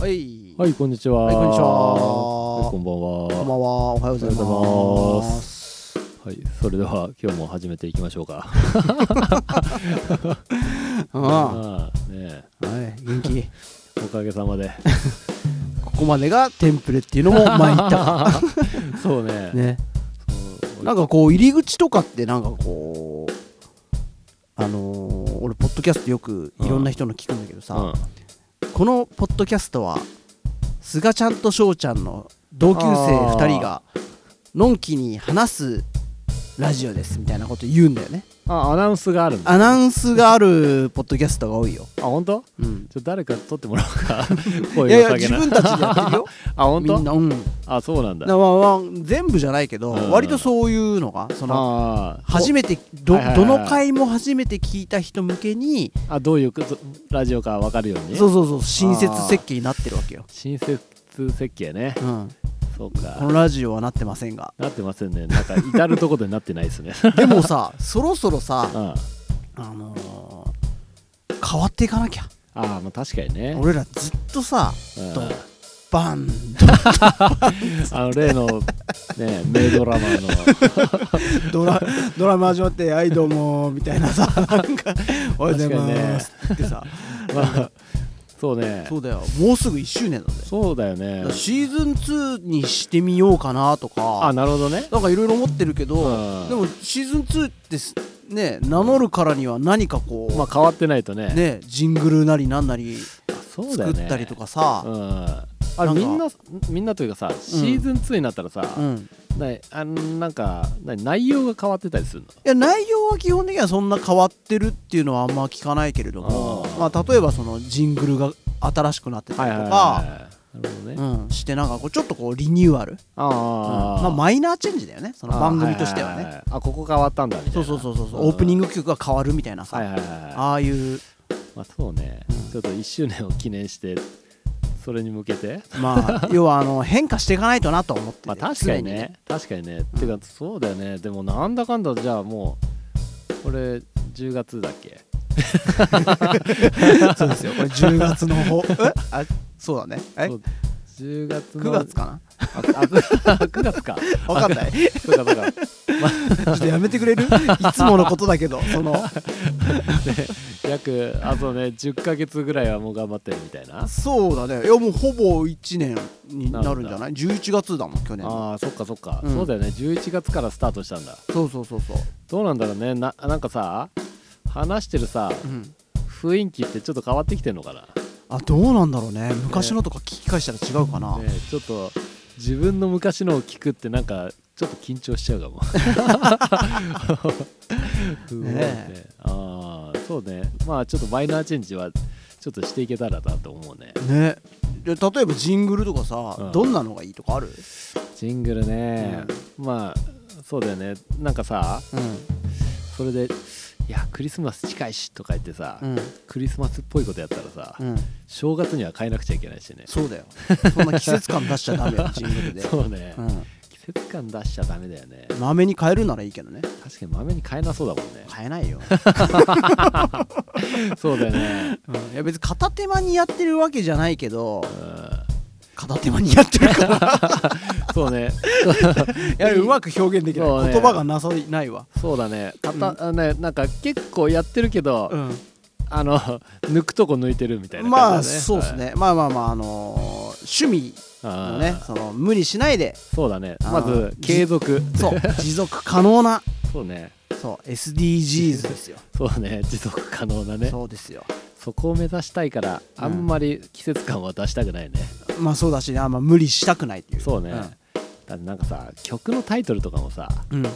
はい。はい、こんにちは。はいこんにちははいこんばんこんばは。んは。おはようございおはようございま。ますはい、それでは今日も始めていきましょうか。うん。は まあねい。元気。おかげさ まで。ここまでがテンプレっていうのも前言ったか そうねら。ね。そうなんかこう入り口とかってなんかこう。あのー俺ポッドキャストよくいろんな人の聞くんだけどさ、このポッドキャストは菅ちゃんと翔ちゃんの同級生2人がのんきに話すラジオですみたいなこと言うんだよねうん、あアナウンスがあるんだ。アナウンスがあるポッドキャストが多いよ、あ本当？うん、ちょっと誰か撮ってもらおうか。声 いやいやを下げ自な分たちでやってるよあ 本み当ん？なうんあそうなんだ。まあまあ全部じゃないけど、うん割とそういうのがそのあー初めてど,、はいはいはいはどいの回も初めて聞いた人向けにあどういうことラジオかわかるように。そうそうそう親切設計になってるわけよ、新設設計ね。うん、そうこか。のラジオはなってませんがなってませんね。なんか至るとこでなってない ですね。 でもさそろそろさう、ん。ああのー変わっていかなきゃあまあ確か にね。俺らずっとさうんとバンあの例のね 名ドラマ の ドラドラマ始まって「はいどうも」みたいなさなんか「おはようございます」ってさまあそうねそうだよもうすぐ1周年なんだよそうだよだねからシーズン2にしてみようかなとあかなるほどねなんかいろいろ思ってるけどうんでもシーズン2ってすね名乗るからには何かこう、まあ変わってないとねねジングルなりなんなりそうだ作よねったりとかさ、うんなんあかみんなみんなというかさシーズン2になったらさ、うんいなあなんかな内容が変わってたりするのや内容は基本的にはそんな変わってるっていうのはあんま聞かないけれどもあーまあ、例えばそのジングルが新しくなってたりとか、いなるほどね、あうん、してなんかこうちょっとこうリニューアル、うんあ、まあ、マイナーチェンジだよねその番組としてはね、いいいあここ変わったんだみたいそうなそうそうそう、オープニング曲が変わるみたいなさ、はいはいはいああいうまあ、そうね、うんちょっと1周年を記念してそれに向けてま あ要はあの変化していかないとなと思っててまあ確かにね常確かにね、てかそうだよねでもなんだかんだじゃあもうこれ10月だっけ そうですよこれ10月の方 えあそうだねえそう10月の9月かああ 9月かなわかん ないちそうかそうかょっとやめてくれるいつものことだけどその約あとね10ヶ月ぐらいはもう頑張ってるみたいなそうだねいやもうほぼ1年になるんじゃない11月だもん去年のあーそっかそっか、うんそうだよね11月からスタートしたんだそうそうそうそう、どうなんだろうねななんかさ話してるさうん、雰囲気ってちょっと変わってきてんのかなあどうなんだろうね昔のとか聞き返したら違うかな、ねえちょっと自分の昔のを聞くってなんかちょっと緊張しちゃうかも。 すごいねねああそうねまあちょっとマイナーチェンジはちょっとしていけたらなと思うね。ねで例えばジングルとかさ、うんどんなのがいいとかある、ジングルね、まあそうだよねなんかさうそれで「いやクリスマス近いし」とか言ってさ、んクリスマスっぽいことやったらさ、うん、正月には変えなくちゃいけないしね。そうだよそんな季節感出しちゃダメよジングルで そうね、うん季節感出しちゃダメだよねまめに変えるならいいけどね確かに豆に変えなそうだもんね変え ないよ、そうだよねいや別に片手間にやってるわけじゃないけどうん片手間にやってる からそうね。いやうまく表現できなそうい、ね言葉がなさないわそうだね。かうた、あね、なんか結構やってるけど、んあの抜くとこ抜いてるみたいなま感あじだね。そうですね、まあまあまああのー趣味はい。ののねその無理しないでそうだね。あーまず継続。そう持続可能な そうね。そう SDGs ですよそうね。持続可能 なね。そそうですよこを目指したいから、うんあんまり季節感は出したくないね。まあそうだし、あんま無理したくないっていうそうね。だってなんかさ曲のタイトルとかもさうん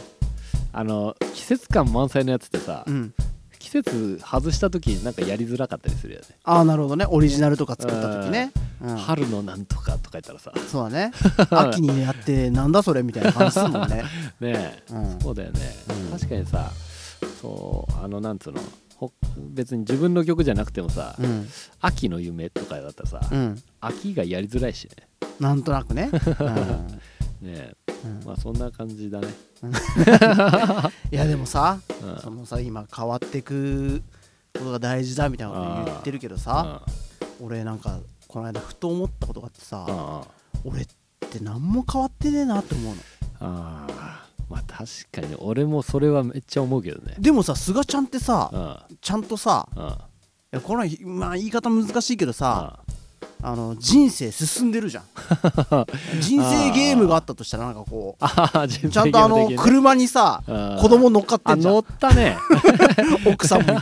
あの季節感満載のやつってさ、うん季節外した時になんかやりづらかったりするよね、ああなるほどねオリジナルとか作った時ね、うん春のなんとかとか言ったらさそうだ ね秋にやってなんだそれみたいな感じするもんね、ねえうん、そうだよね、うん確かにさそうあのなんつうのほ別に自分の曲じゃなくてもさ「うん秋の夢」とかだったらさ、うん秋がやりづらいしなんとなくね、う んねねうんえまあそんな感じだね、いやでもさうん、そのさ今変わってくことが大事だみたいなこと言ってるけどさう俺なんかこの間ふと思ったことがあってさ、あ俺って何も変わってねえなって思うのああーまあ確かに俺もそれはめっちゃ思うけどねでもさ菅ちゃんってさうんうんちゃんとさあいやこれはまあ言い方難しいけどさああの人生進んでる じゃん人生ゲームがあったとしたらなんかこあうちゃんとあの車にさ子供乗っかってあんじゃ乗んった ね奥さんもいて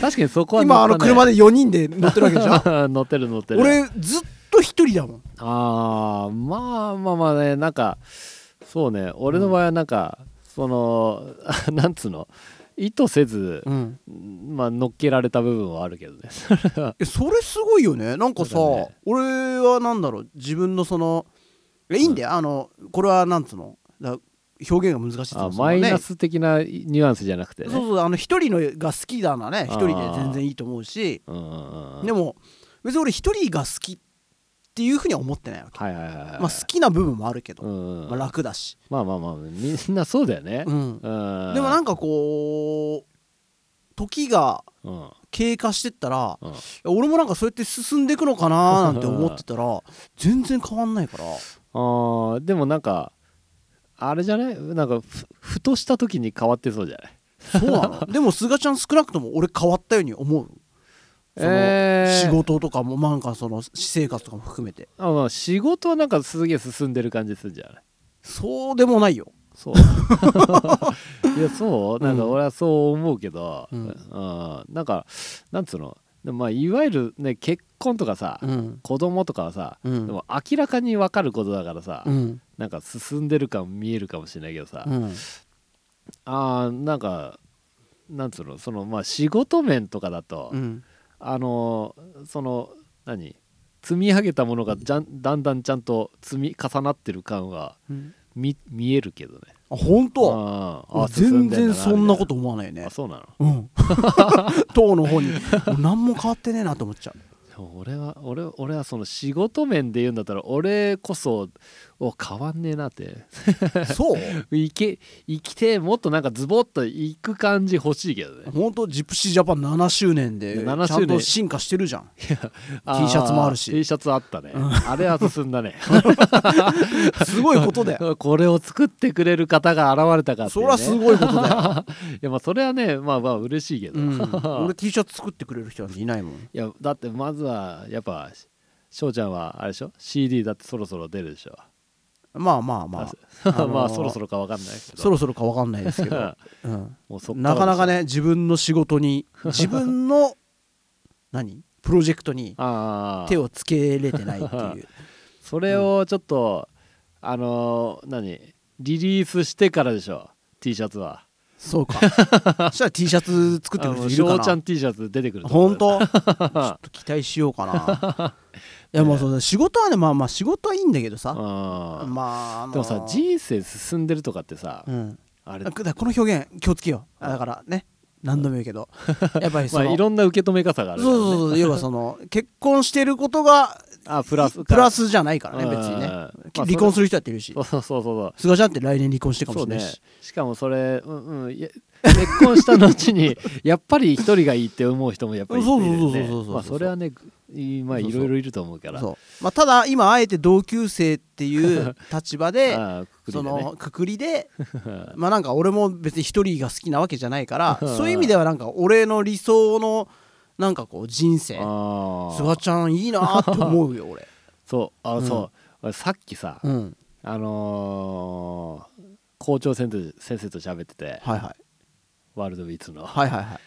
確かにそこは 乗った、ね、今あの車で4人で乗ってるわ けでしょ乗ってる乗ってる俺ずっと一人だもんあーまあまあまあねなんかそうね俺の場合はなんか、その なんつうの意図せず、うんまあ乗っけられた部分はあるけどねえ それすごいよねなんかさ、そうだね俺はなんだろう自分のそのえいいんだよ、あのこれはなんつうのだ表現が難しいっつうのあそのマイねナス的なニュアンスじゃなくてねそうそうあの一人のが好きだなね一あー人で全然いいと思うしうんうんうんでも別に俺一人が好きっていうふうには思ってないわけ、はいはいはいはい、まあ、好きな部分もあるけど、うんうんまあ、楽だし、まあまあまあみんなそうだよね、うんうでもなんんかこう時がうんうん経過してったらうん俺もなんかそうやって進んでいくのかなーなんて思ってたら全然変わんないからあーでもなんかあれじゃないなんかふふとした時に変わってそうじゃないそうな のでも菅ちゃん少なくとも俺変わったように思うそのえー仕事とかもまあなんかその私生活とかも含めてあまあ仕事はなんかすげえ進んでる感じするんじゃないそうでもないよそう いやそうなんかうん俺はそう思うけど、うんうんなんかなんつうのでもまあいわゆるね結婚とかさ、うん子供とかはさ、うんでも明らかに分かることだからさ、うんなんか進んでる感見えるかもしれないけどさ、うんあーなんかなんつうのそのまあ仕事面とかだと、うんあのーその何積み上げたものがじゃんだんだんちゃんと積み重なってる感はうん見見えるけどねあ本当あー俺あ進全んでだ然そんなことみ思わないよたいねあそうなのうん 党の方にもう何も変わってねえなと思っちゃうでも俺は俺俺はその仕事面で言うんだったら俺こそお変わんねえなって そういけ生きてもっとなんかズボッといく感じ欲しいけどね本当ジプシージャパン7周年でちゃ7周ん年と進化してるじゃんあー T シャツもあるし T シャツあったね、あれは進んだね すごいことだよこれを作ってくれる方が現れたかってそいりう、ね、ゃすごいことだよ、 いやまあそれはねまあまあ嬉しいけど、う いん、俺 T シャツ作ってくれる人なんていないもん やだってまずはやっぱ翔ちゃんはあれでしょ CD だってそろそろ出るでしょまあまあまあ、あのー まあそろそろかわかんないけどそろそろか分かんないですけ ど、うん、もうそっらなかなかね自分の仕事に自分 の何プロジェクトにああ手をつけれてないって いうそれをちょっと、あのー何リリースしてからでしょ T シャツはそう かそしたら T シャツ作ってくれる人いるあのか翔ちゃなん T シャツ出てくると思う本 当ちょっと期待しようかないやもうそうだ仕事はねまあまあ仕事はいいんだけどさあーまあ、あのーでもさ人生進んでるとかってさ、うんあれだからこの表現気をつけようあだからね何度も言うけどやっぱりそ まあの、いろんな受け止め方があるかそらうねそうそう要はその結婚してることがあプラスプラスじゃないからねうん別にねまあき離婚そする人やっているしれそうそうそうそう菅ちゃんって来年離婚してるかもそうしれねないししかもそれ、うんうん、いや結婚した 後にやっぱり一人がいいって思う人もやっぱりいてそうそうそうそうそうそうまあそれはねいまあそういそうろいろいると思うからそうまあただ今あえて同級生っていう 立場でああくくりでそねのくくりでまあなんか俺も別に一人が好きなわけじゃないからそういう意味ではなんか俺の理想のなんかこう人生 あー菅ちゃんいいなって思うよ俺そうあうんそう、俺さっきさ、 うんあのー校長先生先生と喋ってて、はいはいワールドウィーツの、はいはいはい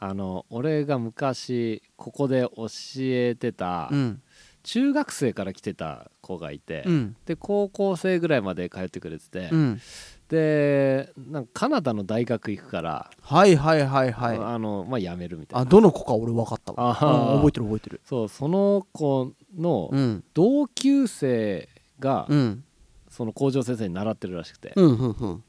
あの俺が昔ここで教えてた、うん中学生から来てた子がいて、うんで高校生ぐらいまで通ってくれてて、うんでなんかカナダの大学行くから、はいはいはいはいあのまあ、辞めるみたいあなどの子か俺分かったあはわうん覚えてる覚えてるそうその子のうん同級生が、うんその校長先生に習ってるらしくて、うんうんうん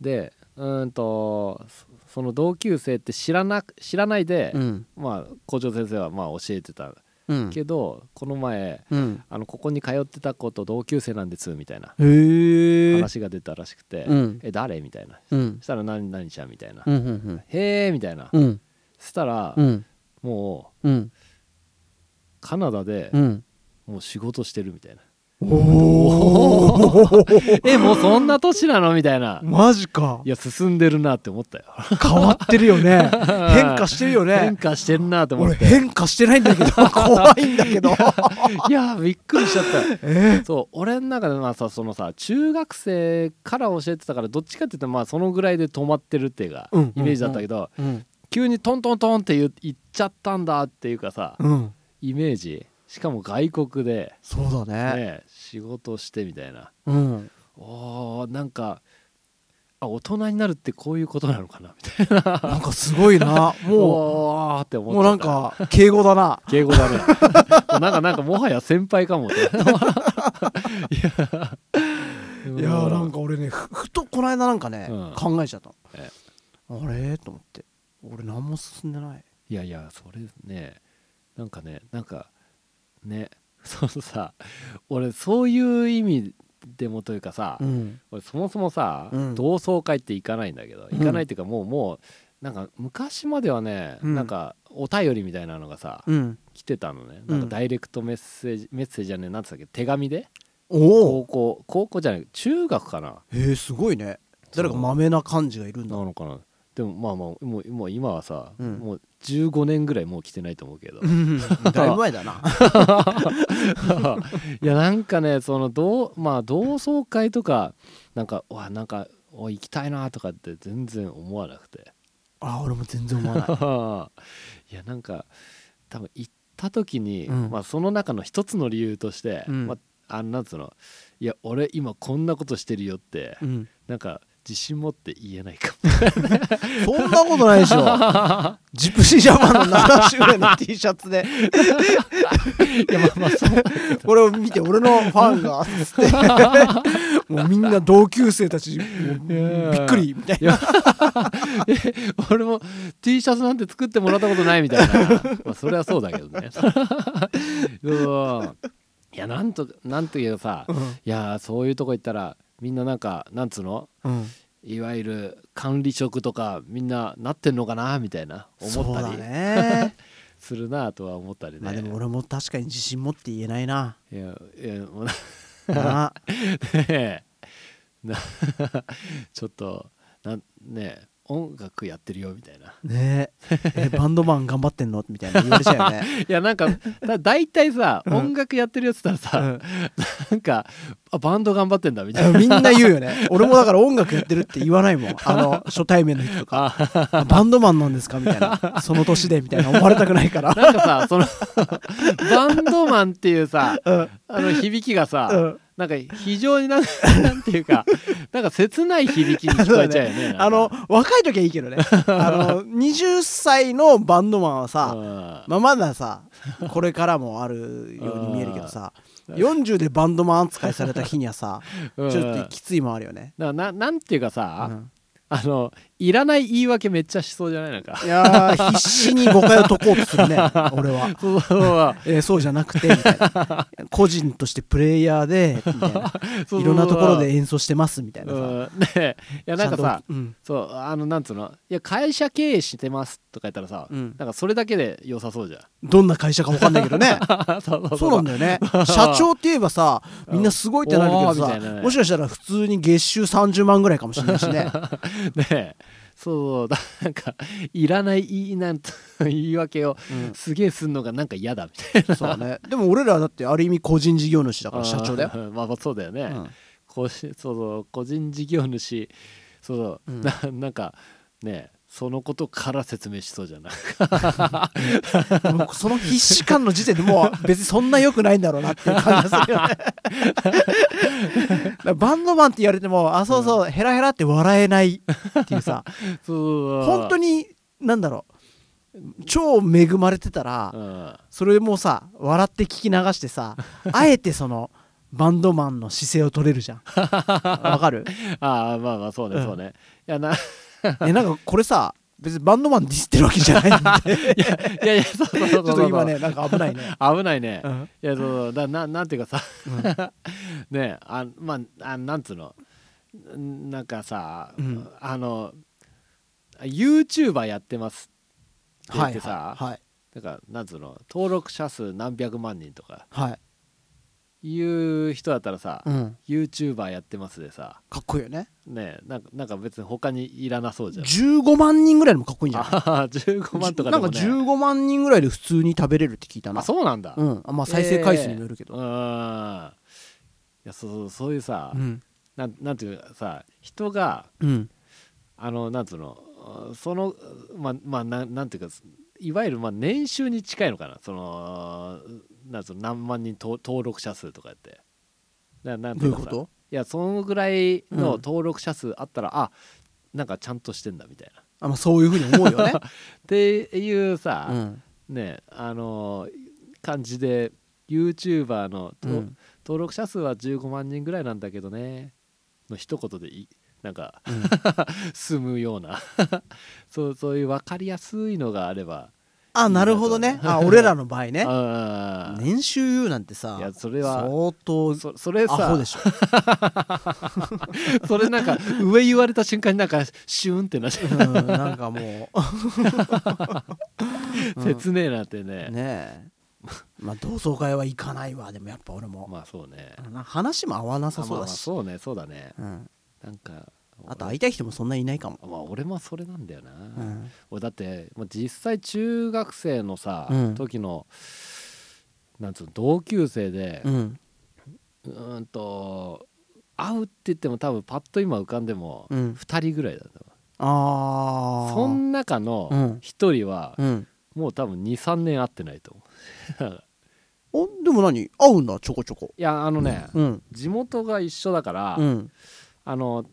でうーんとそその同級生って知らな知らないで、うんまあ、校長先生はまあ教えてたうんけど、この前うんあのここに通ってた子と同級生なんですみたいなへえ話が出たらしくて「うんえ誰?」みたいなうんそしたら「何々ちゃん」みたいな「うんうんへえ」みたいな、うんうんそしたら、うんもううんカナダでうんもう仕事してるみたいな、おお えもうそんな年なのみたいなマジかいや進んでるなって思ったよ変わってるよ ね変化してるよ変ね化してるなって思俺って変化してないんだ けど怖いんだけどいやびっくりしちゃった えそう俺の中でまあさそのさ中学生から教えてたからどっちかって言ったらまあそのぐらいで止まってるっていうか、うんイメージだったけど、うん急にトントントンって言う言っちゃったんだっていうかさ、うんイメージしかも外国で、そうだねね、仕事してみたいなうんおーなんかあ大人になるってこういうことなのかなみたいななんかすごい なもおーってう思っちもうゃなっんたか敬語だ な敬語だねなんかなんかもはや先輩 かもっていやいやーなんか俺ねふふとこの間なんかね、うん考えちゃったのえあれと思って俺何も進んでないいやいやそれねなんかねなんかねそのさ俺そういう意味でもというかさ、ん俺そもそもさ、うん同窓会って行かないんだけど行かないっていうかもうもうなんか昔まではね、うんなんかお便りみたいなのがさ、うん来てたのねうなんんかダイレクトメッセージメッセージじゃねえなんつったっけ手紙でおお高校高校じゃない中学かなへえすごいね誰かまめな感じがいるんだなのかなでもまあまあもうもう今はさ、うんもう15年ぐらいもう来てないと思うけどうん だいぶ前だないやなんかねその同,、まあ、同窓会とかなんかうわなんかお行きたいなとかって全然思わなくて あ俺も全然思わないいやなんか多分行った時に、うんまあ、その中の一つの理由として、うんまあ、あなんつうのいや俺今こんなことしてるよって、うんなんか自信持って言えないかそんなことないでしょ ジプシージャパンの7周年の T シャツでもいやまあまあそうこれを見て俺のファンがつって もうみんな同級生たちもうびっくりみたいいやえ俺も T シャツなんて作ってもらったことないみたい なまあそれはそうだけどね そういやなんとなんというかさな、いやーそういうとこ行ったらみんななんかなんつうのうんいわゆる管理職とかみんななってんのかなみたいな思ったそうだりねするなとは思ったりねまあでも俺も確かに自信持って言えない ないやいやもうななねえ なちょっとなんねえ音楽やってるよみたいなねえバンドマン頑張ってんのみたいな言われちゃうよね いやなんかだ大体さ、うん音楽やってるやつったらさ、なんかあバンド頑張ってんだみたいうんな。みんな言うよね俺もだから音楽やってるって言わないもんあの初対面の人とかああバンドマンなんですかみたい なその年でみたいな思われたくないから、なんかさそのバンドマンっていうさうんあの響きがさ、うんなんか非常になんなんていうかなんか切ない響きに聞こえちゃうよ ね。あの若い時はいいけどねあの20歳のバンドマンはさ、あまあ、まださこれからもあるように見えるけどさ40でバンドマン扱いされた日には さちょっときついもんあるよね、なななんていうかさ、うんあのいらない言い訳めっちゃしそうじゃないなんか。いやー必死に誤解を解こうとす るね俺は、そうそうそうえーそうじゃなくてみたいな個人としてプレイヤーでみたいな そ ういろんなところで演奏してますみたいなうさ、んねえいやなんかちゃさとうんそうあのなんつうのいや会社経営してますとか言ったらさ、うんなんかそれだけで良さそうじゃん どんな会社か分かんないけどねそうそそうなんだよ ね社長って言えばさみんなすごいってなるけどおーさ、みたいなねもしかしたら普通に月収30万ぐらいかもしれないし ねねえそうだなんかいらない言いなんと言い訳をうんすげえすんのがなんか嫌だみたいなそうねでも俺らだってある意味個人事業主だから社長だよ、よまあまあそうだよね、うんこうしそうそう個人事業主そうそうう、んななんかねえそのことから説明しそうじ ゃないもうその必死感の時点でもう別にそんな良くないんだろうなっていう感じがするよ ねだからバンドマンって言われてもあそうそう、ヘラヘラって笑えないっていうさ そう本当に、になんだろう超恵まれてたら、うん、 それもさ笑って聞き流してさあえてそのバンドマンの姿勢を取れるじゃんわか るああまあまあそううねんそうね、いやな いえなんかこれさ別にバンドマンディスってるわけじゃないん でやいやそうそうそうちそょうっと今ねなんか危ないね、危ないね、うんいやそうだななんていうかさ うんねあまああなんつうのんなんかさ、うんあの YouTuber やってますって言ってはさ、いはいだからなんつうの登録者数何百万人とかはい、いう人だったらさ、うん、 YouTuber やってますでさかっこいいよねねえなんかなんか別に他にいらなそうじゃん15万人ぐらいでもかっこいいんじゃない ああ15万とかでなも、ね、んか15万人ぐらいで普通に食べれるって聞いたなあそうなんだ、うん、あまあ再生回数にもよるけど、ええうんいやそうそうそういうさ、うんなんなんていうかさ人がうんあのなんつうのそのまあまあなんなんていうかいわゆるまあ年収に近いのかなそのなんつうの何万人と登録者数とかってななんどてういいううかこさといやそのぐらいうのん登録者数あったら、あなんかちゃんとしてんだみたいなっあ、まあ、そういうふうに思うよね、て いうさ、うんねあの感じで YouTuber のと、うん登録者数は15万人ぐらいなんだけどねの一言でいなんか、うん 済むような そうそういう分かりやすいのがあればあなるほどねあ俺らの場合ねあー年収言うなんてさいやそれは相当そそれアホさでしょ それなんか上言われた瞬間になんかシューンってなっちゃうん なんかもう切ねえなってねうねえまあ同窓会は行かないわでもやっぱ俺も、まあそうねな話も合わなさまそあうまあだし、そうねそうだねうん、なんかあと会いたい人もそんないないかも、まあ俺もそれなんだよな、うん、俺だってもう実際中学生のさ、うん時のなんつうの同級生でう、んうーんと会うって言っても多分パッと今浮かんでもうん2人ぐらいだったわああその中のうん1人はうんもう多分23年会ってないと思うおでも何合うんだちょこちょこいやあのね、うん地元が一緒だから、うんあの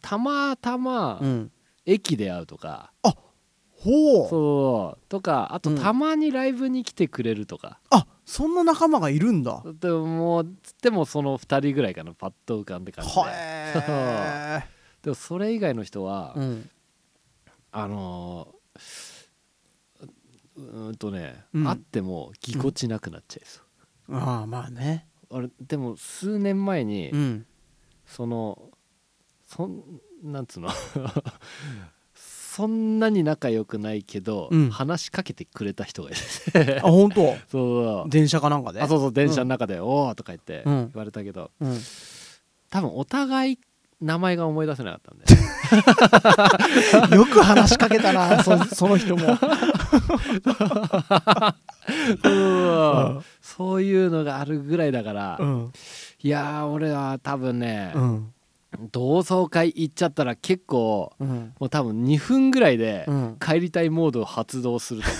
たまたまうん駅で会うとか、ほうそうとかあうとんたまにライブに来てくれるとか、あそんな仲間がいるんだでももうつってもその2人ぐらいかなパッと浮かんで感じではえ でもそれ以外の人は、うんあのーううーんとね、うん会ってもぎこちなくなっちゃいそう、ああまあね俺でも数年前に、 うんそのそんなんつうの そんなに仲良くないけど、うん話しかけてくれた人がいる あ 本当そう電車かなんかであそうそう電車の中で「おお」とか言ってうん言われたけど、 うん多分お互い名前が思い出せなかったん でよく話しかけたなそその人もうんそういうのがあるぐらいだから、んいやー俺は多分ね、うん同窓会行っちゃったら結構うんもう多分2分ぐらいでうん帰りたいモードを発動すると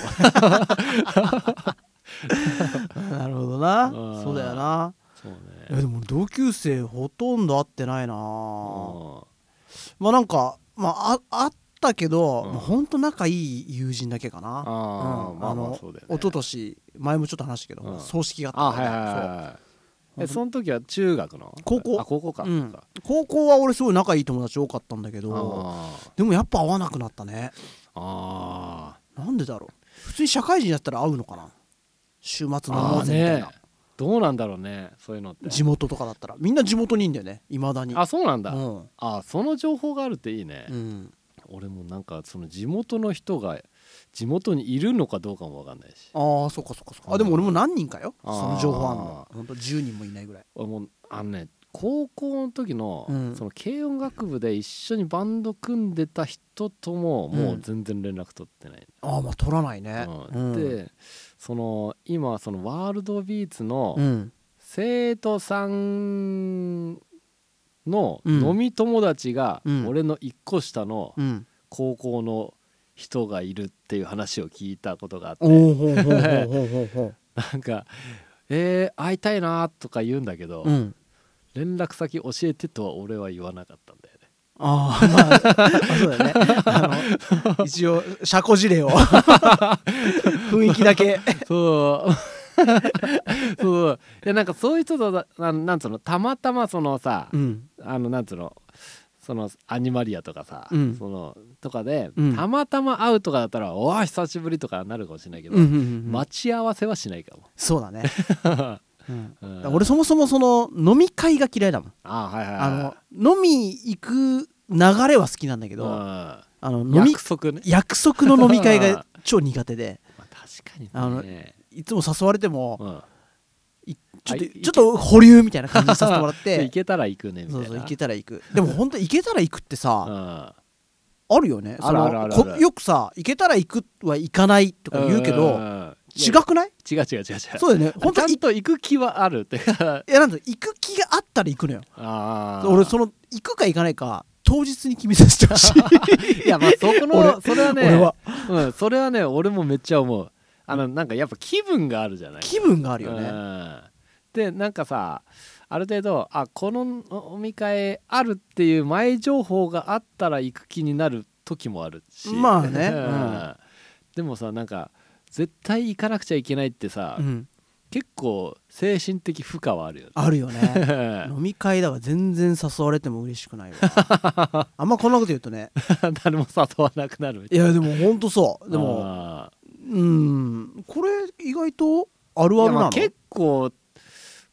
なるほどなうんそうだよな思ういそうやねでも同級生ほとんど会ってないなうんまあなんかまあああったけど、うんまあ、ほんと仲いい友人だけかなあーうんまあまあのそうだよね一昨年前もちょっと話したけど、うん葬式がああったはいかはいらはいそうはいえその時は中学の高校あ高校か、うんそっか高校は俺すごい仲いい友達多かったんだけどあーでもやっぱ会わなくなったねあなんでだろう普通に社会人だったら会うのかな週末飲ーもあうーぜみたいねな、どうなんだろうねそういうのって地元とかだったらみんな地元にいんだよねいまだにあそうなんだ、うんあーその情報があるっていいね、うん俺もなんかその地元の人が地元にいるのかどうかもわかんないしああそっかそっかそっかあでも俺も何人かよそあーの情報あんのほんと10人もいないぐらい俺もうあのね高校の時の,、うんその軽音楽部で一緒にバンド組んでた人とももう全然連絡取ってない、ああまあ取らないねうんでその今そのワールドビーツのうん生徒さんのうん飲み友達がうん俺の一個下のうん高校の人がいるっていう話を聞いたことがあっておおほうほうほうほうほうなんか「えー会いたいな」とか 言うんだけど、ほううん連絡先教えてとは俺は言わなかったんだよね。ああまああそうだよねあの一応車庫事例を雰囲気だけ そうそう いやなんかそういう人とだななんつうのたまたまそのさ、うんあのなんつうのそのアニマリアとかさ、うんそのとかで、うんたまたま会うとかだったら「おー久しぶり」とかなるかもしれないけど、うんうんうんうん待ち合わせはしないかも。そうだねうんうん俺そもそもその飲み会が嫌いだもんあはいはいはいあの飲み行く流れは好きなんだけどあのうん飲み約束ね、 約束の飲み会が超苦手でまあ確確かにねあのねいつも誘われてもうんちょっあといちょっと保留みたいな感じにさせてもらっでて行けたら行くねみたそ いうなそう行けたら行くでも本当行けたら行くってさうんあるよねあるあるあるあるそのこよくさ行けたら行くは行かないとか言うけんんどん違いやくない違う違う違う違うそうだよね本ち当ゃにんと行く気はあるって かいやなんだ行く気があったら行くのよあー俺その行くか行かないか当日に決めさせてほしい いやまあそこのそれはね俺はうん、それはね俺もめっちゃ思うあのなんかやっぱ気分があるじゃない気分がああるよねでなんかさある程度あこのお見会あるっていう前情報があったら行く気になる時もあるしまあねううんんでもさなんか絶対行かなくちゃいけないってさ、うん結構精神的負荷はあるよねあるよ ねな飲み会だわ全然誘われても嬉しくないわ あんまこんなこと言うとね誰も誘わなくなるみたいいやでもほんとそうなでもあーうんこれ意外とあるあるいやまなあの結構、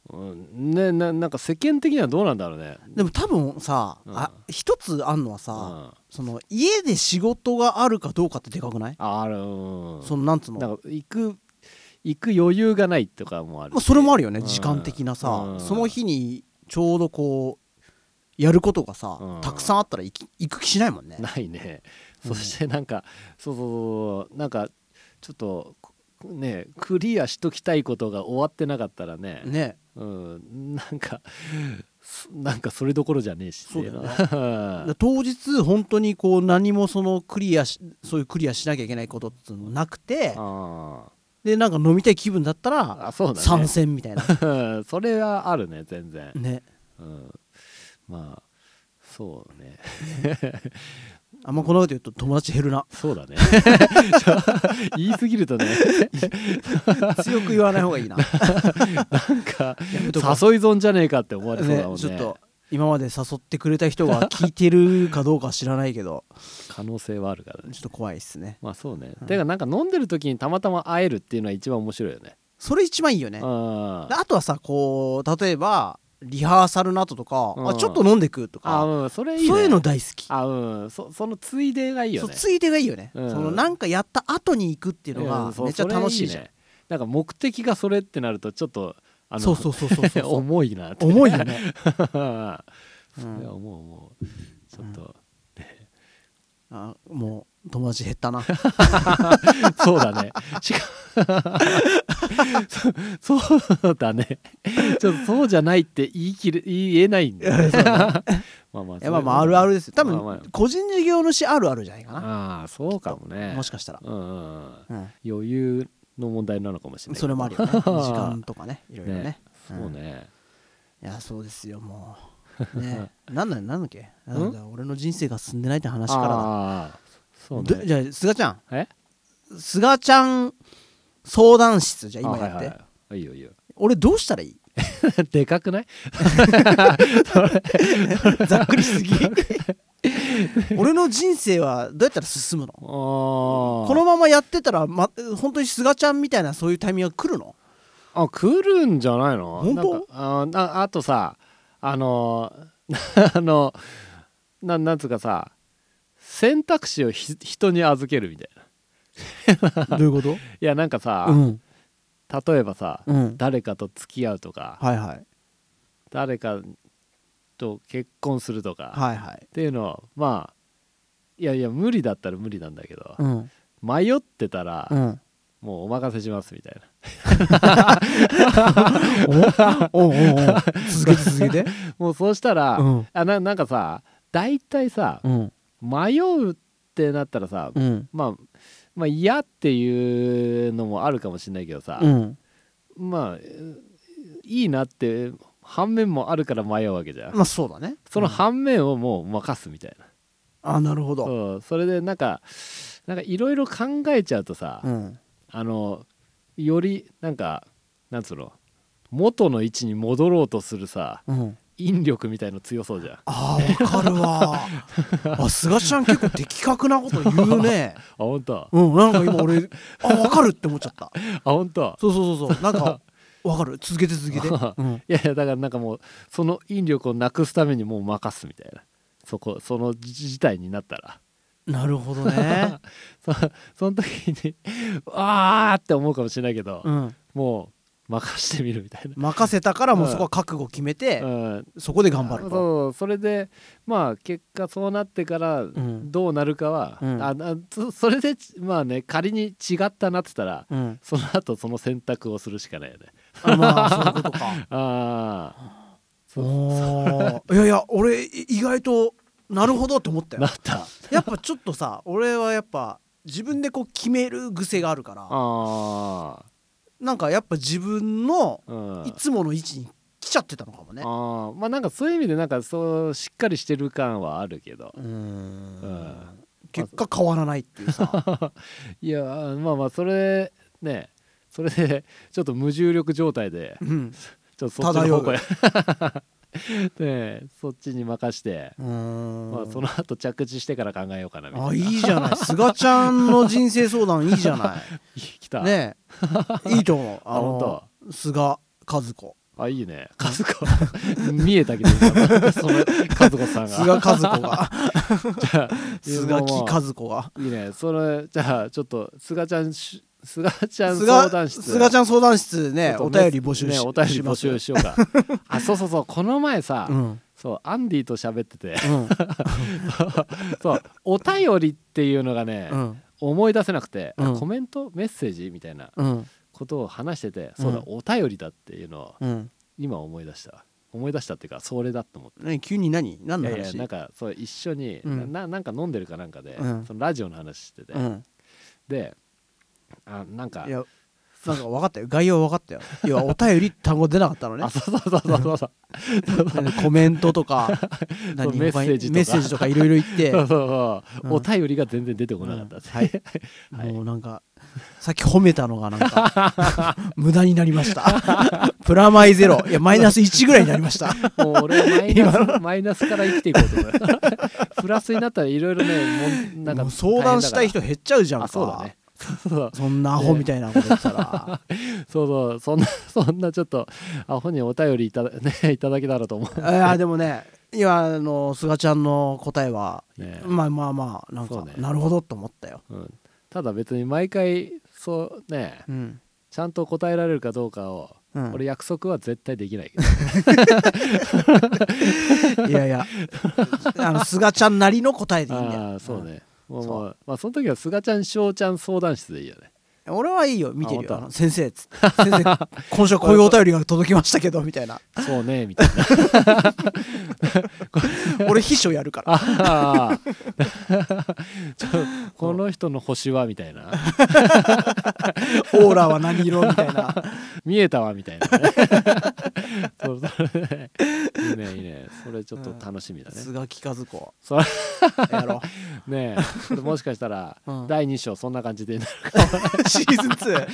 うん、ねななんか世間的にはどうなんだろうねでも多分さうんあ一つあんのはうんさあその家で仕事があるかどうかってでかくないあるうんそのなんつうのなんか行く行く余裕がないとかもあるし、まあ、それもあるよねうん時間的なさうんその日にちょうどこうやることがさうんたくさんあったら行き行く気しないもんねないね、うんそしてなんかそうそうそうなんかちょっとこねクリアしときたいことが終わってなかったらねねうん、なんかすなんかそれどころじゃねえしそうだよねっていうのは 当日本当にこう何もそのクリアしそういうクリアしなきゃいけないことっていうのもなくてあでなんか飲みたい気分だったーらあそうだね参戦みたいな それはあるね全然ねうん、まあそうねあんまこんなこと言うと友達減るなそ うだね 言い過ぎるとね強く言わない方がいいななんかやめとこう誘い損じゃねえかって思われそうだもねんねちょっと今まで誘ってくれた人が聞いてるかどうかは知らないけど可能性はあるからねちょっと怖いっすねまあそうね、うんてかなんか飲んでる時にたまたま会えるっていうのは一番面白いよねそれ一番いいよねあであとはさこう例えばリハーサルの後とか、うんあちょっと飲んでくとあかうんそれいい、ね、そういうの大好きあうんそそのついでがいいよそうねついでがいいよね、うんそのなんかやった後に行くっていうのうがんそうめっちゃ楽しいじゃん、それねなんか目的がそれってなるとちょっとあのそうそうそうそうそうそう 重いなって重いよ ね、ういやん、思う思うちょっと、あもう友達減った なそうだね違う そそうだねちょっとそうじゃないって言い切れ言えないんだよね まあまあいやまあまああるあるるですよ多分、まあまあ個人事業主あるあるじゃないかな、ああそうかもねもしかしたら、うんうんうんうん余裕の問題なのかもしれないそれもある よね時間とかねいろいろねねうそんうね、いやそうですよもう ねなんだなんだっけなんだ俺の人生が進んでないって話からだああそうどねじゃあ菅ちゃんえ菅ちゃん相談室じゃあ今あやって、はいはいはいいいよいいよ俺どうしたらいいでかくない ざっくりすぎ俺の人生はどうやったら進むのあここのままやってたら、ま、本当に菅ちゃんみたいなそういうタイミングが来る のあ来るんじゃないの本当なんかあーなあとさあの ーあのななんつうかさ選択肢をひ人に預けるみたいなどういうこといやなんかさ、うん例えばさ、うん誰かと付き合うとか、はいはい誰かと結婚するとか、っはいはいていうのをまあいやいや無理だったら無理なんだけど、うん迷ってたら、うんもうお任せしますみたいなお うおうおう続けて続けてもうそうしたら、うんあななんかさ大体さ、 うん迷うってなったらさ、うんまあ、まあ嫌っていうのもあるかもしれないけどさ、うんまあえーいいなって反面もあるから迷うわけじゃん、まあそうだねその反面をもう任すみたいな、あなるほどそうそれでなんかなんかいろいろ考えちゃうとさ、うんあのよりなんかなんつうの元の位置に戻ろうとするさうん引力みたいの強そうじゃんあーわかる わあ菅ちゃん結構的確なこと言うねあ本当あ うんなんか今俺あわかるって思っちゃった本当そうそうそう そうなんかわかる続けて続けて、うん、いやいやだからなんかもうその引力をなくすためにもう任すみたいなそこその事態になったらなるほどねそその時にあーって 思うかもしれないけど、うんもう任してみるみたいな。任せたからもうそこは覚悟決めて、うん、そこで頑張るとそうそれでまあ結果そうなってからんどうなるかは、うんあなそそれでまあね仮に違ったなってたらうんその後その選択をするしかないよねあまあそういうことかあ そうおーいやいや俺い意外となるほどって思ったあよなったやっぱちょっとさ俺はやっぱ自分でこう決める癖があるからあなんかやっぱ自分のー、うん、いつもの位置に来ちゃってたのかもねあーまあなんかそういう意味でなんかそうしっかりしてる感はあるけどうーんうん結果変わらないっていう さいやーまあまあそれねそれでちょっと無重力状態でうんちょっとそっちの方向へ ねえそっちに任して、うーんまあ、その後着地してから考えようかなみたいなあいいじゃない菅ちゃんの人生相談いいじゃな来た、 いねえいいと思うああ本の菅和 子あいいね和子 見えたけど今 その和子さんが菅和子 がじゃあ菅木もう和子がいいねそれじゃあちょっと菅ちゃんし菅ちゃん菅相談室菅ちゃん相談室ちょねっとお便り募集し,、ねお便り募集しようか あそうそうそうこの前さ、うんそうアンディと喋って てうんそうお便りっていうのがね、うん思い出せなくて、うんコメントメッセージみたいなうんことを話してて、そうだうんお便りだっていうのをうん今思い出した思い出したっていうかそれだと思って。何急に何何いのやいや話なんかそう一緒に、うんななんか飲んでるかなんかで、うんそのラジオの話してて、うんであなんかいやなんか分かったよ概要分かったよ要はお便りって単語出なかったのねあそうそうそうそうそうコメントと か何メッセージとかメッセージとかいろいろ言 ってそうそうそう、うんお便りが全然出てこなかった、はいはいもうなんかさっき褒めたのがなんか 無駄になりましたプラマイゼロいやマイナス1ぐらいになりましたもう俺はマイナスマイナスから生きていこうと思う プラスになったらいろいろねもんなんもかう相談したい人人減っちゃうじゃんかあそうだねそうそうそんなアホみたいなこと言ってたらそうそうそんなそんなちょっとアホにお便りいた,、ね、いただけたらと思いやでもね今あの菅ちゃんの答えは、う、ねまあまあまあなんそか、うねなるほどと思ったよ、うん、ただ別に毎回そうねうんちゃんと答えられるかどうかを、うん俺約束は絶対でき ないけどいやいやあの菅ちゃんなりの答えでいいんだよああそうね、もうそもうまあその時はすがちゃんしょうちゃん相談室でいいよねうん俺はいいよ見てるあ本よあ当の先生っつって先生今週はこういうお便りが届きましたけどみたいなそうねみたいな俺秘書やるからああ ちょこの人の星はみたいなオーラは何色みたいな見えたわみたいな ねそうそれねいいねいいねそれちょっと楽しみだね、菅木和子それやろねえこれもしかしたら うん第2章そんな感 じでう シーズン2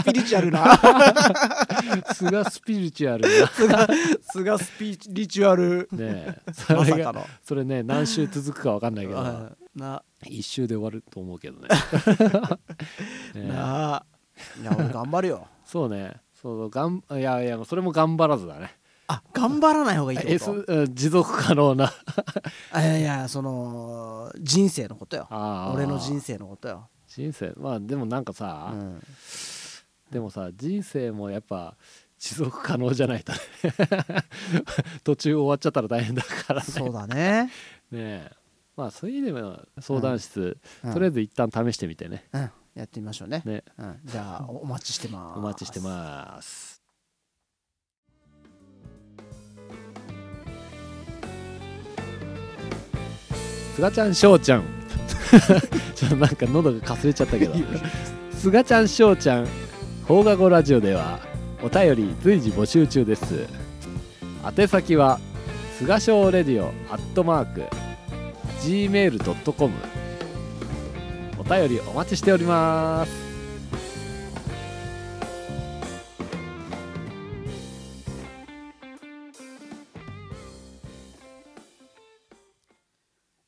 スピリチュアルな菅スピリチュアルな菅スピリチュアルねえそまれさがかのそれね何週続くか分かんないけどうんな1週で終わると思うけどねねえなあいや俺頑張るよそうねそうそうがんいやいやそれも頑張らずだねあ頑張らない方がいいって S ことうん持続可能 なあいやいやその人生のことよあー俺の人生のことよ、人生まあでもなんかさ、うんでもさ人生もやっぱ持続可能じゃないとね 途中終わっちゃったら大変だからねそうだね、ねえまあそういう意味では相談室、うんとりあえず一旦試してみてねうん、やってみましょうねねうん、じゃあおお待ちしてますお待ちしてますすがちゃんしょうちゃん ちょっとなんか喉がかすれちゃったけどすがちゃんしょうちゃん放課後ラジオではお便り随時募集中です宛先はすがしょうレディオアットマーク gmail.com お便りお待ちしております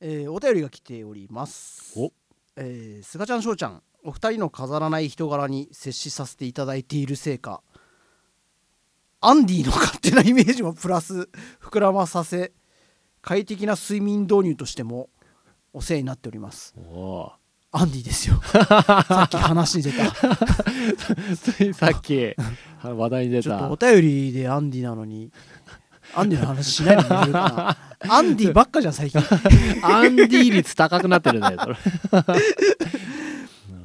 えーお便りが来ておりますおえー、菅ちゃん翔ちゃんお二人の飾らない人柄に接しさせていただいているせいかアンディの勝手なイメージもプラス膨らまさせ快適な睡眠導入としてもお世話になっておりますおおアンディです よさっき話に出たちーついさっき話題に出ょったとお便りでアンディなのにアンディの話しないでくれるかなアンディばっかじゃん最近アンディ率高くなってる ねそれ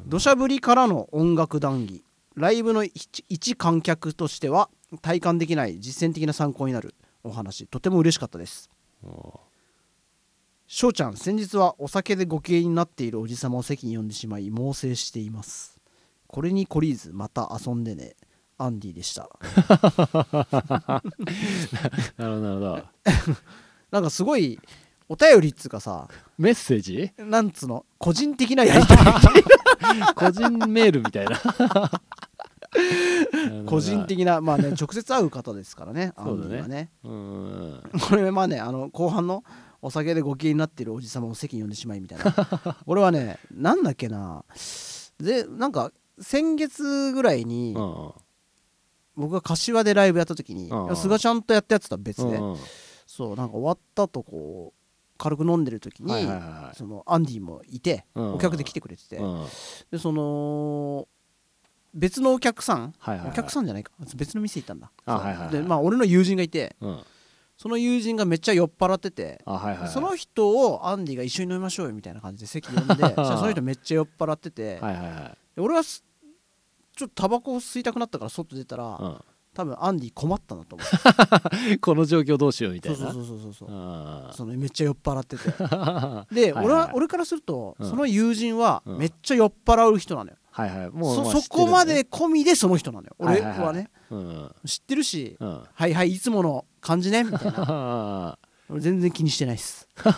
土砂降りからの音楽談義ライブの一一観客としては体感できない実践的な参考になるお話とても嬉しかったですお翔ちゃん先日はお酒でご機嫌になっているおじさまを席に呼んでしまい猛省していますこれに懲りずまた遊んでねアンディでしたーなるほどなるほどなんかすごいお便りっつうかさメッセージなんつうの個人的なやり取り個人メールみたい な個人的なまあね直接会う方ですからねアそうンディだねはねうん これまあねあの後半のお酒でご機嫌になってるおじさまを席に呼んでしまいみたいな 俺はねなんだっけなでなんか先月ぐらいに、うんうん僕が柏でライブやった時にうん菅ちゃんとやったやつとは別で、うんうんそうなんか終わったとこう軽く飲んでる時に、はいはいはそのアンディもいて、うんお客で来てくれてて、いうんでその別のお客さん、はいはいはいお客さんじゃないか別の店行ったんだそあうはいはいはいでまあ俺の友人がいてうんその友人がめっちゃ酔っ払っててあはいはいはいその人をアンディが一緒に飲みましょうよみたいな感じで席 呼んでそしたらその人めっちゃ酔っ払ってて、はいはいはいで俺はすちょっとタバコを吸いたくなったから外出たら、多分アンディ困ったんだと思ううん この状況どうしようみたそういそうなそうそうそうそうあそのめっちゃ酔っ払 っててあではいはい俺は俺からすると、うんその友人はうんめっちゃ酔っ払う人なのよ、はいはいもうそまあそこまで込みでその人なのよは俺いはいはいはねうん知ってるし、うん はいはいいつもの感じねみたいなあ俺全然気にしてないっす、うん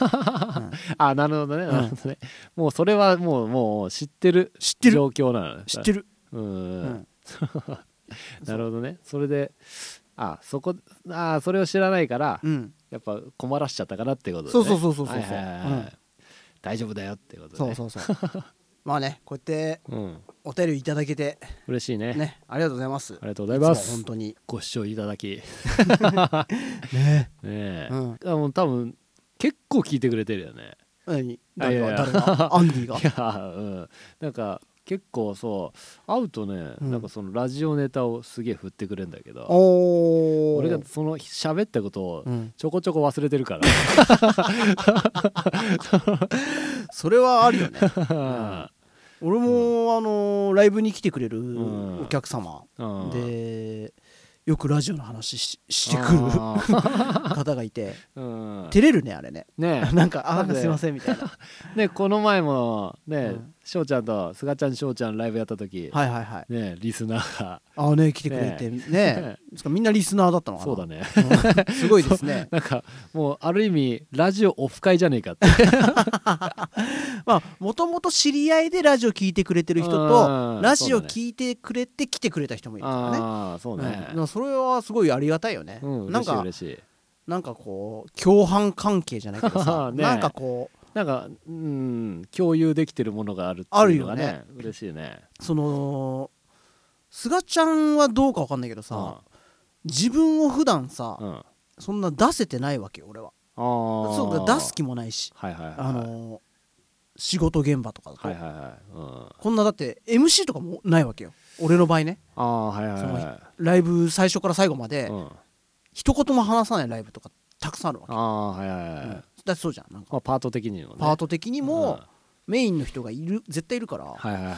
あなるほどねんなるほどねもうそれはもうもう知ってる知ってる状況なの知ってる、ううんん、なるほどねそれであそこあそれを知らないからうんやっぱ困らしちゃったかなってことでねそうそうそうそうそうはいはいはいはい大丈夫だよってことそうねそうそう まあねこうやってうんお便りいただけて嬉しいねねありがとうございますありがとうございますつも本当にご視聴いただきねねえ、うんあもう多分結構聞いてくれてるよね何あい誰やいがや誰がアンディいがやうんなんか結構そう会うとね、うんなんかそのラジオネタをすげえ振ってくれるんだけどおお俺がその喋ったことをうんちょこちょこ忘れてるからそれはあるよね うん俺もあのーライブに来てくれるんお客様うんでよくラジオの話ししてくるあ ー方がいてうん照れるねあれ ねねえなんかあななんんでかすいませんみたいなねこの前もねうん翔、ちゃんとすがちゃん翔ちゃんライブやった時、はいはいはいねリスナーがああね来てくれてねねつかみんなリスナーだったのかなそうだね うんすごいですねなんかもうある意味ラジオオフ会じゃねえかってまあもともと知り合いでラジオ聞いてくれてる人うとんラジそうオだね聞いてくれて来てくれた人もいるからねああそううんねだからそれはすごいありがたいよね、うんなん嬉しいか嬉しいなんかこう共犯関係じゃないけどさ、 ねなんかこうなんかうん共有できてるものがあるっていうのがねある嬉しいねその菅ちゃんはどうかわかんないけどさ、自分を普段さ、うんうんあそんな出せてないわけよ俺はあそうか出す気もないし、はいはいはいあのー仕事現場とかだと、はいはいはいうんあこんなだって MC とかもないわけよ俺の場合ねあはいはいはいライブ最初から最後まで、うんあ一言も話さないライブとかたくさんあるわけ、あはいはいはい、うんだってそうじゃんなんかまあ、パート的にもねパート的にも、うんメインの人がいる絶対いるから、はいはいはいは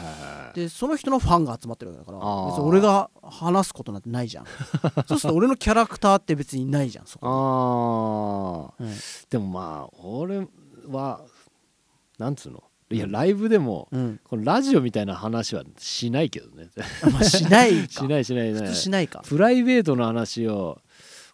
いでその人のファンが集まってるわけだからあー別に俺が話すことなんてない じゃんそうすると俺のキャラクターって別にないじゃんそこああに、でもまあ俺はなんつうのいやライブでも、うんうんこのラジオみたいな話はしないけどねあまあ、しないか しないしない普ね通しないかプライベートの話を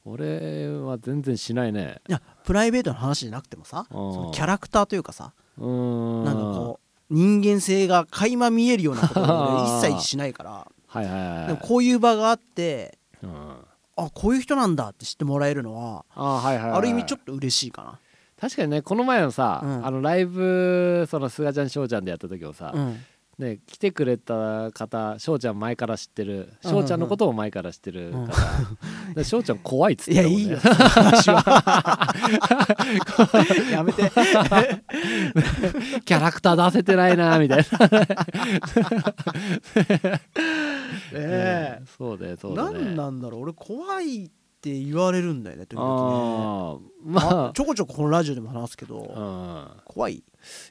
俺は全然しないねいやプライベートの話じゃなくてもさあそーのキャラクターというかさうーんなんかこう人間性が垣間見えるようなことを俺一切しないからうはいはいはいでもこういう場があってうんああこういう人なんだって知ってもらえるのはーはいはいはいある意味ちょっと嬉しいか確かにねこの前のさ、うんあのライブそのすがちゃんしょうちゃんでやった時もさ、な、うんね、来てくれた方翔ちゃん前から知ってるうんうん翔ちゃんのことを前から知ってるうん方 で翔ちゃん怖いっつっいやてたいもんねいよその話は やめてキャラクター出せてないなみたいな、 えそうだよそうだよ、ね、何なんだろう俺怖いって言われるんだよね時々ねあーまああちょこちょここのラジオでも話すけどうん怖いい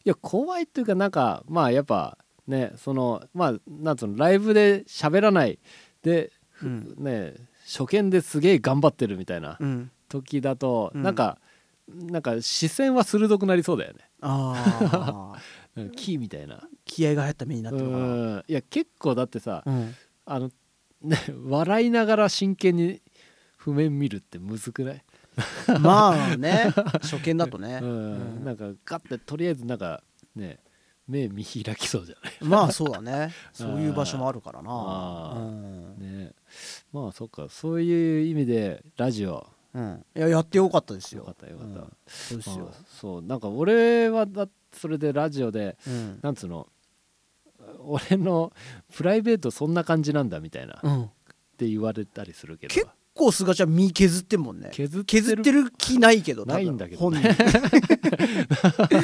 や怖いっていうかなんかまあやっぱねそのまあなんつうのライブで喋らないでうんね初見ですげえ頑張ってるみたいなうん時だと、うんなんかなんか視線は鋭くなりそうだよねああなんかキーみたいな気合が入った目になってるかなうんいや結構だってさ、うんあのね笑いながら真剣に譜面見るってむずくない、まあね初見だとね、うんなんかガッてとりあえずなんかね目見開きそうじゃないうんまあそうだねそういう場所もあるからなあーうん、ねまあそっかそういう意味でラジオうん、いややってよかったですよよかったよかったうんそうですまよあ、そうなんか俺はだそれでラジオでうんなんつうの俺のプライベートそんな感じなんだみたいなっうん、て言われたりするけど結構すがちゃん身削ってんもんね削ってる削ってる気ないけど多分ないんだけどね本 人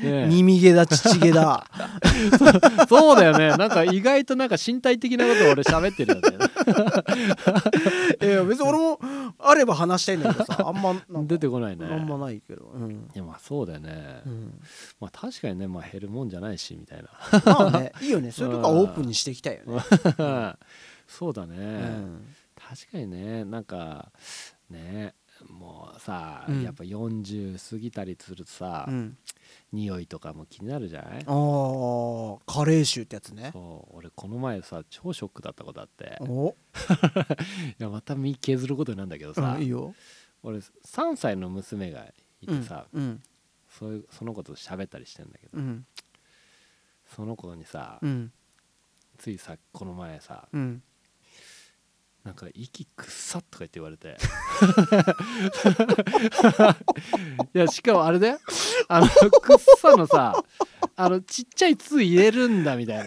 ね耳毛だ乳毛だ そうだよねなんか意外となんか身体的なことを俺喋ってるんだよね いや別に俺もあれば話したいんだけど さあんまなんか出てこないねあんまないけど、 うんいやまあそうだよね、うん、まあ確かにねまあ減るもんじゃないしみたいまあねいいよねそういうとこはオープンにしていきたいよね、な そうだね、うん確かにねなんかねもうさ、うんやっぱ40過ぎたりするとさ、うん、匂いとかも気になるじゃないあーカレー臭ってやつねそう俺この前さ超ショックだったことあってお、いやまた身削ることになるんだけどさ、うん、いいよ俺3歳の娘がいてさ、うんそういうその子と喋ったりしてんだけどうんその子にさ、うんついさこの前さうんなんか息くっさとか言って言われて いやしかもあれだよあのくっさのさあのちっちゃい「つ」入れるんだみたいな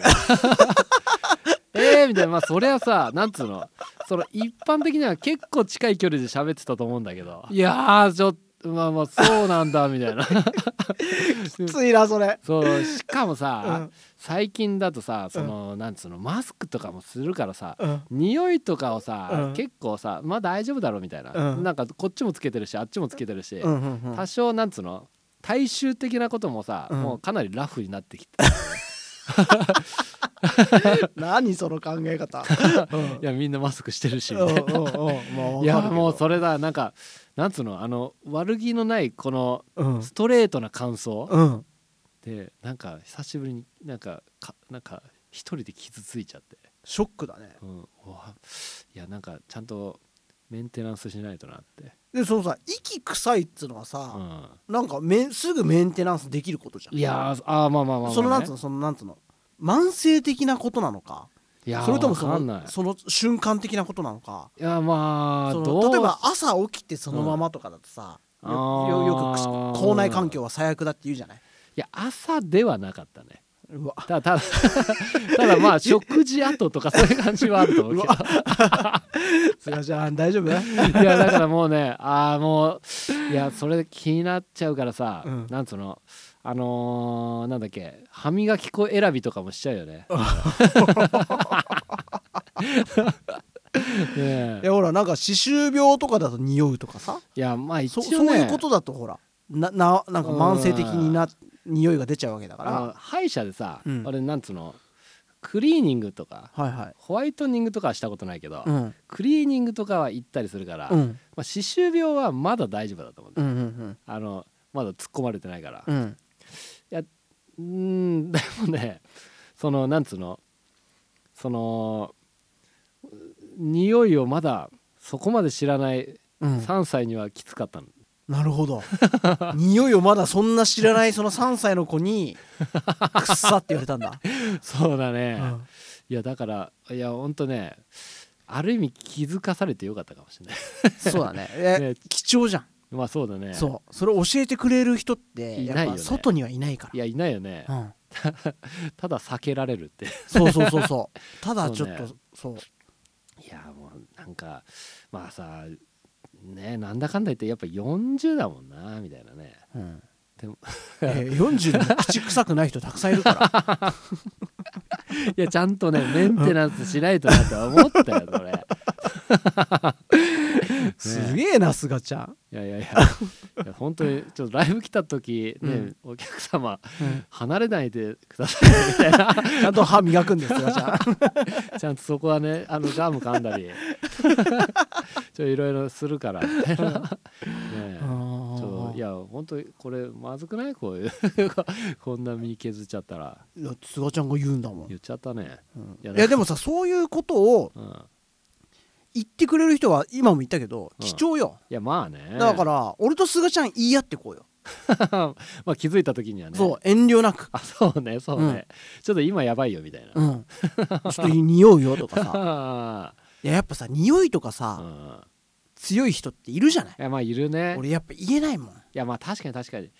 えーみたいなまあそれはさなんつうのその一般的には結構近い距離で喋ってたと思うんだけどいやーちょっとまあまあそうなんだみたいな ついなそれそうしかもさ、うん最近だとさその、なんつうのマスクとかもするからさ、うん匂いとかをさ、うん結構さまあ大丈夫だろうみたいな、うんなんかこっちもつけてるしあっちもつけてるし、うんうんうん多少なんつうの大衆的なこともさ、うんもうかなりラフになってき てい何その考え 方うんやみんなマスクしてるし、うんうんうんまあわかるけどいやもうそれだなんかなんつうのあの悪気のないこのうんストレートな感想、うんでなんか久しぶりになんかかなんか一人で傷ついちゃって、ショックだねうん、うわいやなんかちゃんとメンテナンスしないとなって、でそのさ息臭いっつうのはうさん、なんかめんすぐメンテナンスできることじゃんいやーあーまあまあまあまあ、ね、そのなんつうのそのなんつうの慢性的なことなのかいやーそれともそわかんないのその瞬間的なことなのかいやまあそどのう例えば朝起きてそのままとかだとさうんよあーよよく口口内環境は最悪だって言うじゃないいや朝ではなかったねうわただ ただた だまあ食事後とかそういう感じはあると思うけすがちゃん 大丈夫どいやだからもうねああもういやそれ気になっちゃうからさ、うんなんつうのあのー、なんだっけ歯磨き粉選びとかもしちゃう よね。ねえいやほらなんか歯周病とかだと匂うとかさいやまあ一そ応、ね、そういうことだとほらなななんか慢性的にな匂いが出ちゃうわけだかあのら歯医者でさ、うん俺なんつうのクリーニングとかはいはいホワイトニングとかはしたことないけど、うんクリーニングとかは行ったりするから、うまんあ、歯周病はまだ大丈夫だと思うんだ、うんうんあのまだ突っ込まれてないから、うんうんうーんで もねそのなんつうのそのう匂いをまだそこまで知らないうん3歳にはきつかったの、なるほ ど匂いをまだそんな知らないその3歳の子に「くっさ」って言われたんだ、そうだう ね、んいやだからいやほんとねある意味気づかされてよかったかもしれない そうだねえね貴重じゃん、まあそうだねそうそれ教えてくれる人っていやないっよぱね外にはいないからいやいないよね、うん、ただ避けられるってそうそうそうそうただちそょうっねとそう,、いやもうなんかまあさねなんだかんだ言ってやっぱ40だもんなみたいなねうんでもえー40でも口臭くない人たくさんいる からいやちゃ んとねメンテナンスしないとなとは思ったよそれすげえなすがちゃん、いやいやいやいや本当にちょっとライブ来た時ね、お客様離れないでくださいみたいなちゃんと歯磨くんですすがち ゃんちゃんとそこはねあのガム噛 んだりちょいろいろするからみたいな、ねえうんちょいや本当にこれまずくないこういうこんな身削っちゃったらいやすがちゃんが言うんだもん、言っちゃったね、うんいやいやでもさそういうことをうん、い言ってくれる人は今も言ったけどうん貴重よ、やまあねだからら俺とすがちゃん言い合ってこうよ、まあ気づいた時にはねそう遠慮なくあそうねそうね、うんちょっと今やばいよみたいな、うん ちょっと匂うよとかさあいややっぱさ匂いとか あ、うさ、ん、強い人っているじゃないいやまあいるね俺やっぱ言えないもんいやまあ確かに確かに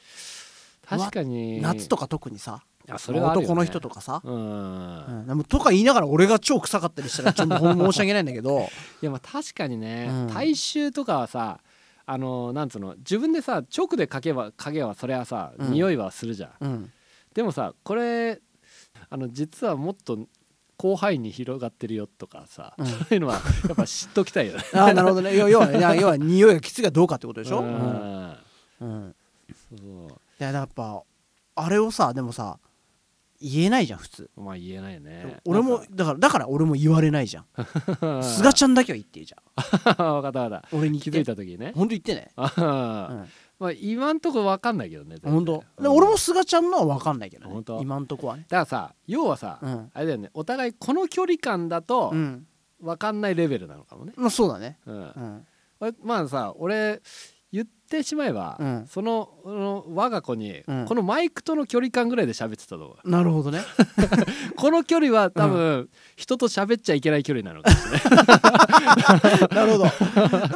確かに夏とか特にさあそれはあるよね男の人とかさ、うん、うん、でもとか言いながら俺が超臭かったりしたらちょっと ほん申し訳ないんだけどいやまあ確かにね、うん大衆とかはさあのなんつうの自分でさ直でかけばかけばそれはさ、うん匂いはするじゃんうんでもさこれあの実はもっと広範囲に広がってるよとかさ、うんそういうのはやっぱ知っときたいよねああなるほどね要要は要は要は匂いがきついかどうかってことでしょ、ううんんうん、そいややっぱあれをさでもさ言えないじゃん普通うまあ言えないよね俺もだからだから俺も言われないじゃんすがちちゃんだけは言っていいじゃゃ 分かった分かっん俺にた気づいたた時ねほんと言ってね、あうあ、ん、まあ今んとこわかんないけどねほんと全で然俺うんもすがちゃんのは分かんないけど、ほねんと、今んとこはねだからさ要はさ、うんあれだよねお互いこの距離感だとうんわかんないレベルなのかもね、まあそうだねうんうん俺まあさ俺言ってしまえば、うんそのその我が子に、うんこのマイクとの距離感ぐらいで喋ってたと思うなるほど ねこの距離は多分、人と喋っちゃいけない距離なのかもしれない なるほど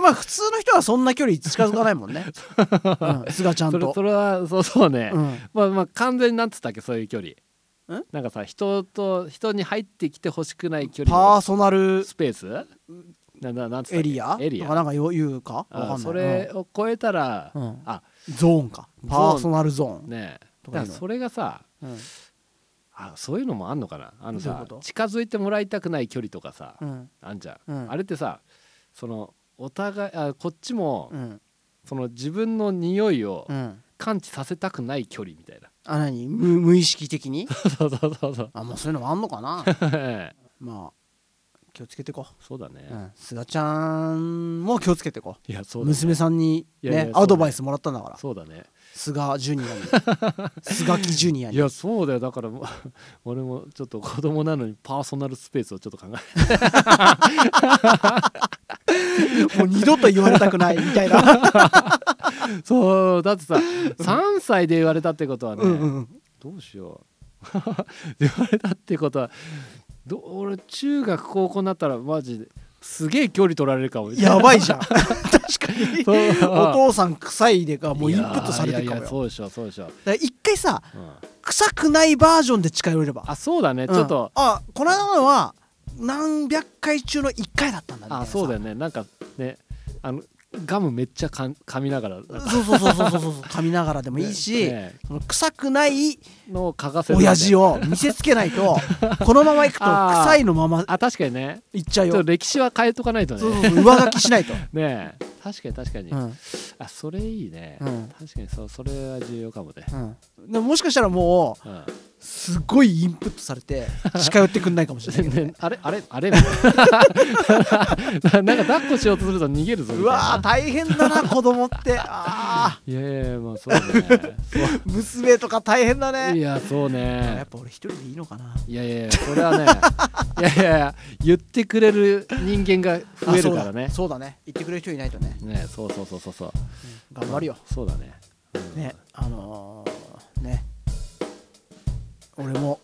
まあ普通の人はそんな距離近づかないもん ねうんすが、ちゃんそれとそれはそうそうね、うんまあまあ完全になんつったっけそういう距離んなんかさ人と人に入ってきてほしくない距離パのーソナルスペースなななんつったっけエリアエリとかアなんか言うかわかんなあいそれを超えたら、うんうんあゾーンかゾーンパーソナルゾーンねえとだかいからうのそれがさうんあそういうのもあんのかなあのどういうさこと近づいてもらいたくない距離とかさ、うんあんじゃん、うんあれってさそのお互いあこっちも、うんその自分の匂いをうん感知させたくない距離みたいな、あ何無無意識的にそうそうそう そうあもうそういうのもあんのか なまあ気をつけてこそうだね、ううんすがちゃんも気をつけてこいやそううだね娘さんにいやいやねそうだねアドバイスもらったんだからそうだねすがジュニ アにすがきジュニアいにやそうだよだからもう 俺もちょっと子供なのにパーソナルスペースをちょっと考えもう二度と言われたくないみたいな てそうだってさ3歳で言われたってことはね、うんうんどうしよう 言われたってことはど俺中学高校になったらマジですげえ距離取られるかもやばい じゃん確かにそういお父さん臭いでかもうインプやットされてるかいもやいよやそうでしょそうでしょ、だから一回さうん臭くないバージョンで近寄ればあそうだね、うんちょっとあこの間のは何百回中の1回だったんだみたいなあさそうだよねなんかねあのガムめっちゃかん噛みながらなんかそうそうそうそうそう そう噛みながらでもいいし、ねその臭くないのを嗅がせる親父をを見せつけない とこのままいくとあー臭いのままあ確かにねいっちゃうちょよっと歴史は変えとかないとねそうそうそう上書きし ないと、ねえ確かに確かに、うんあそれいいね、うん確かにそうそれは重要かもね、うん、でももしかしたらもうんうすごいインプットされて近寄ってくんないかもしれないけどね ねあれあれあれみたいな なんか抱っこしようとすると逃げるぞみうたいわなー大変だな子供ってあいやいやまあそうねー娘とか大変だ いねやそうやっねぱ俺一人でいいのかないやいやいやそれはね いやいやいや言ってくれる人間が増えるからねあそうだそうだね言ってくれる人いないとねねそうそうそうそうそう頑張るよ、そうだねうんねあのーね俺も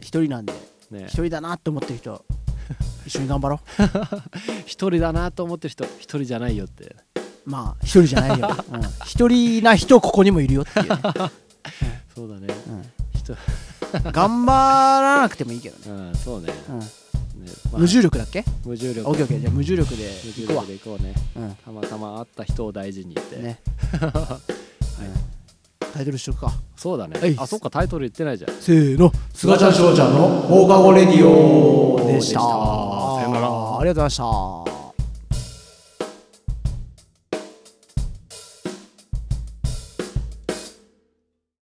一人なんでね一人だなって思ってる人一緒に頑張ろ一人だなと思ってる人一人じゃないよってう まあ一人じゃない よ、うん一人な人ここにもいるよっていうね、そうだねうん人頑張らなくてもいいけどね、うんそうねうんねまあ無重力だっけ無重力オッケーオッケーじゃあ無重力で無い重くわ力でいこうねうんたまたま会った人を大事にって、 ねうんタイトルしとくかそうだねはいあそっかタイトル言ってないじゃんせーの菅ちゃん翔ちゃんの放課後レディオでしたでしたさよなありがらとうございました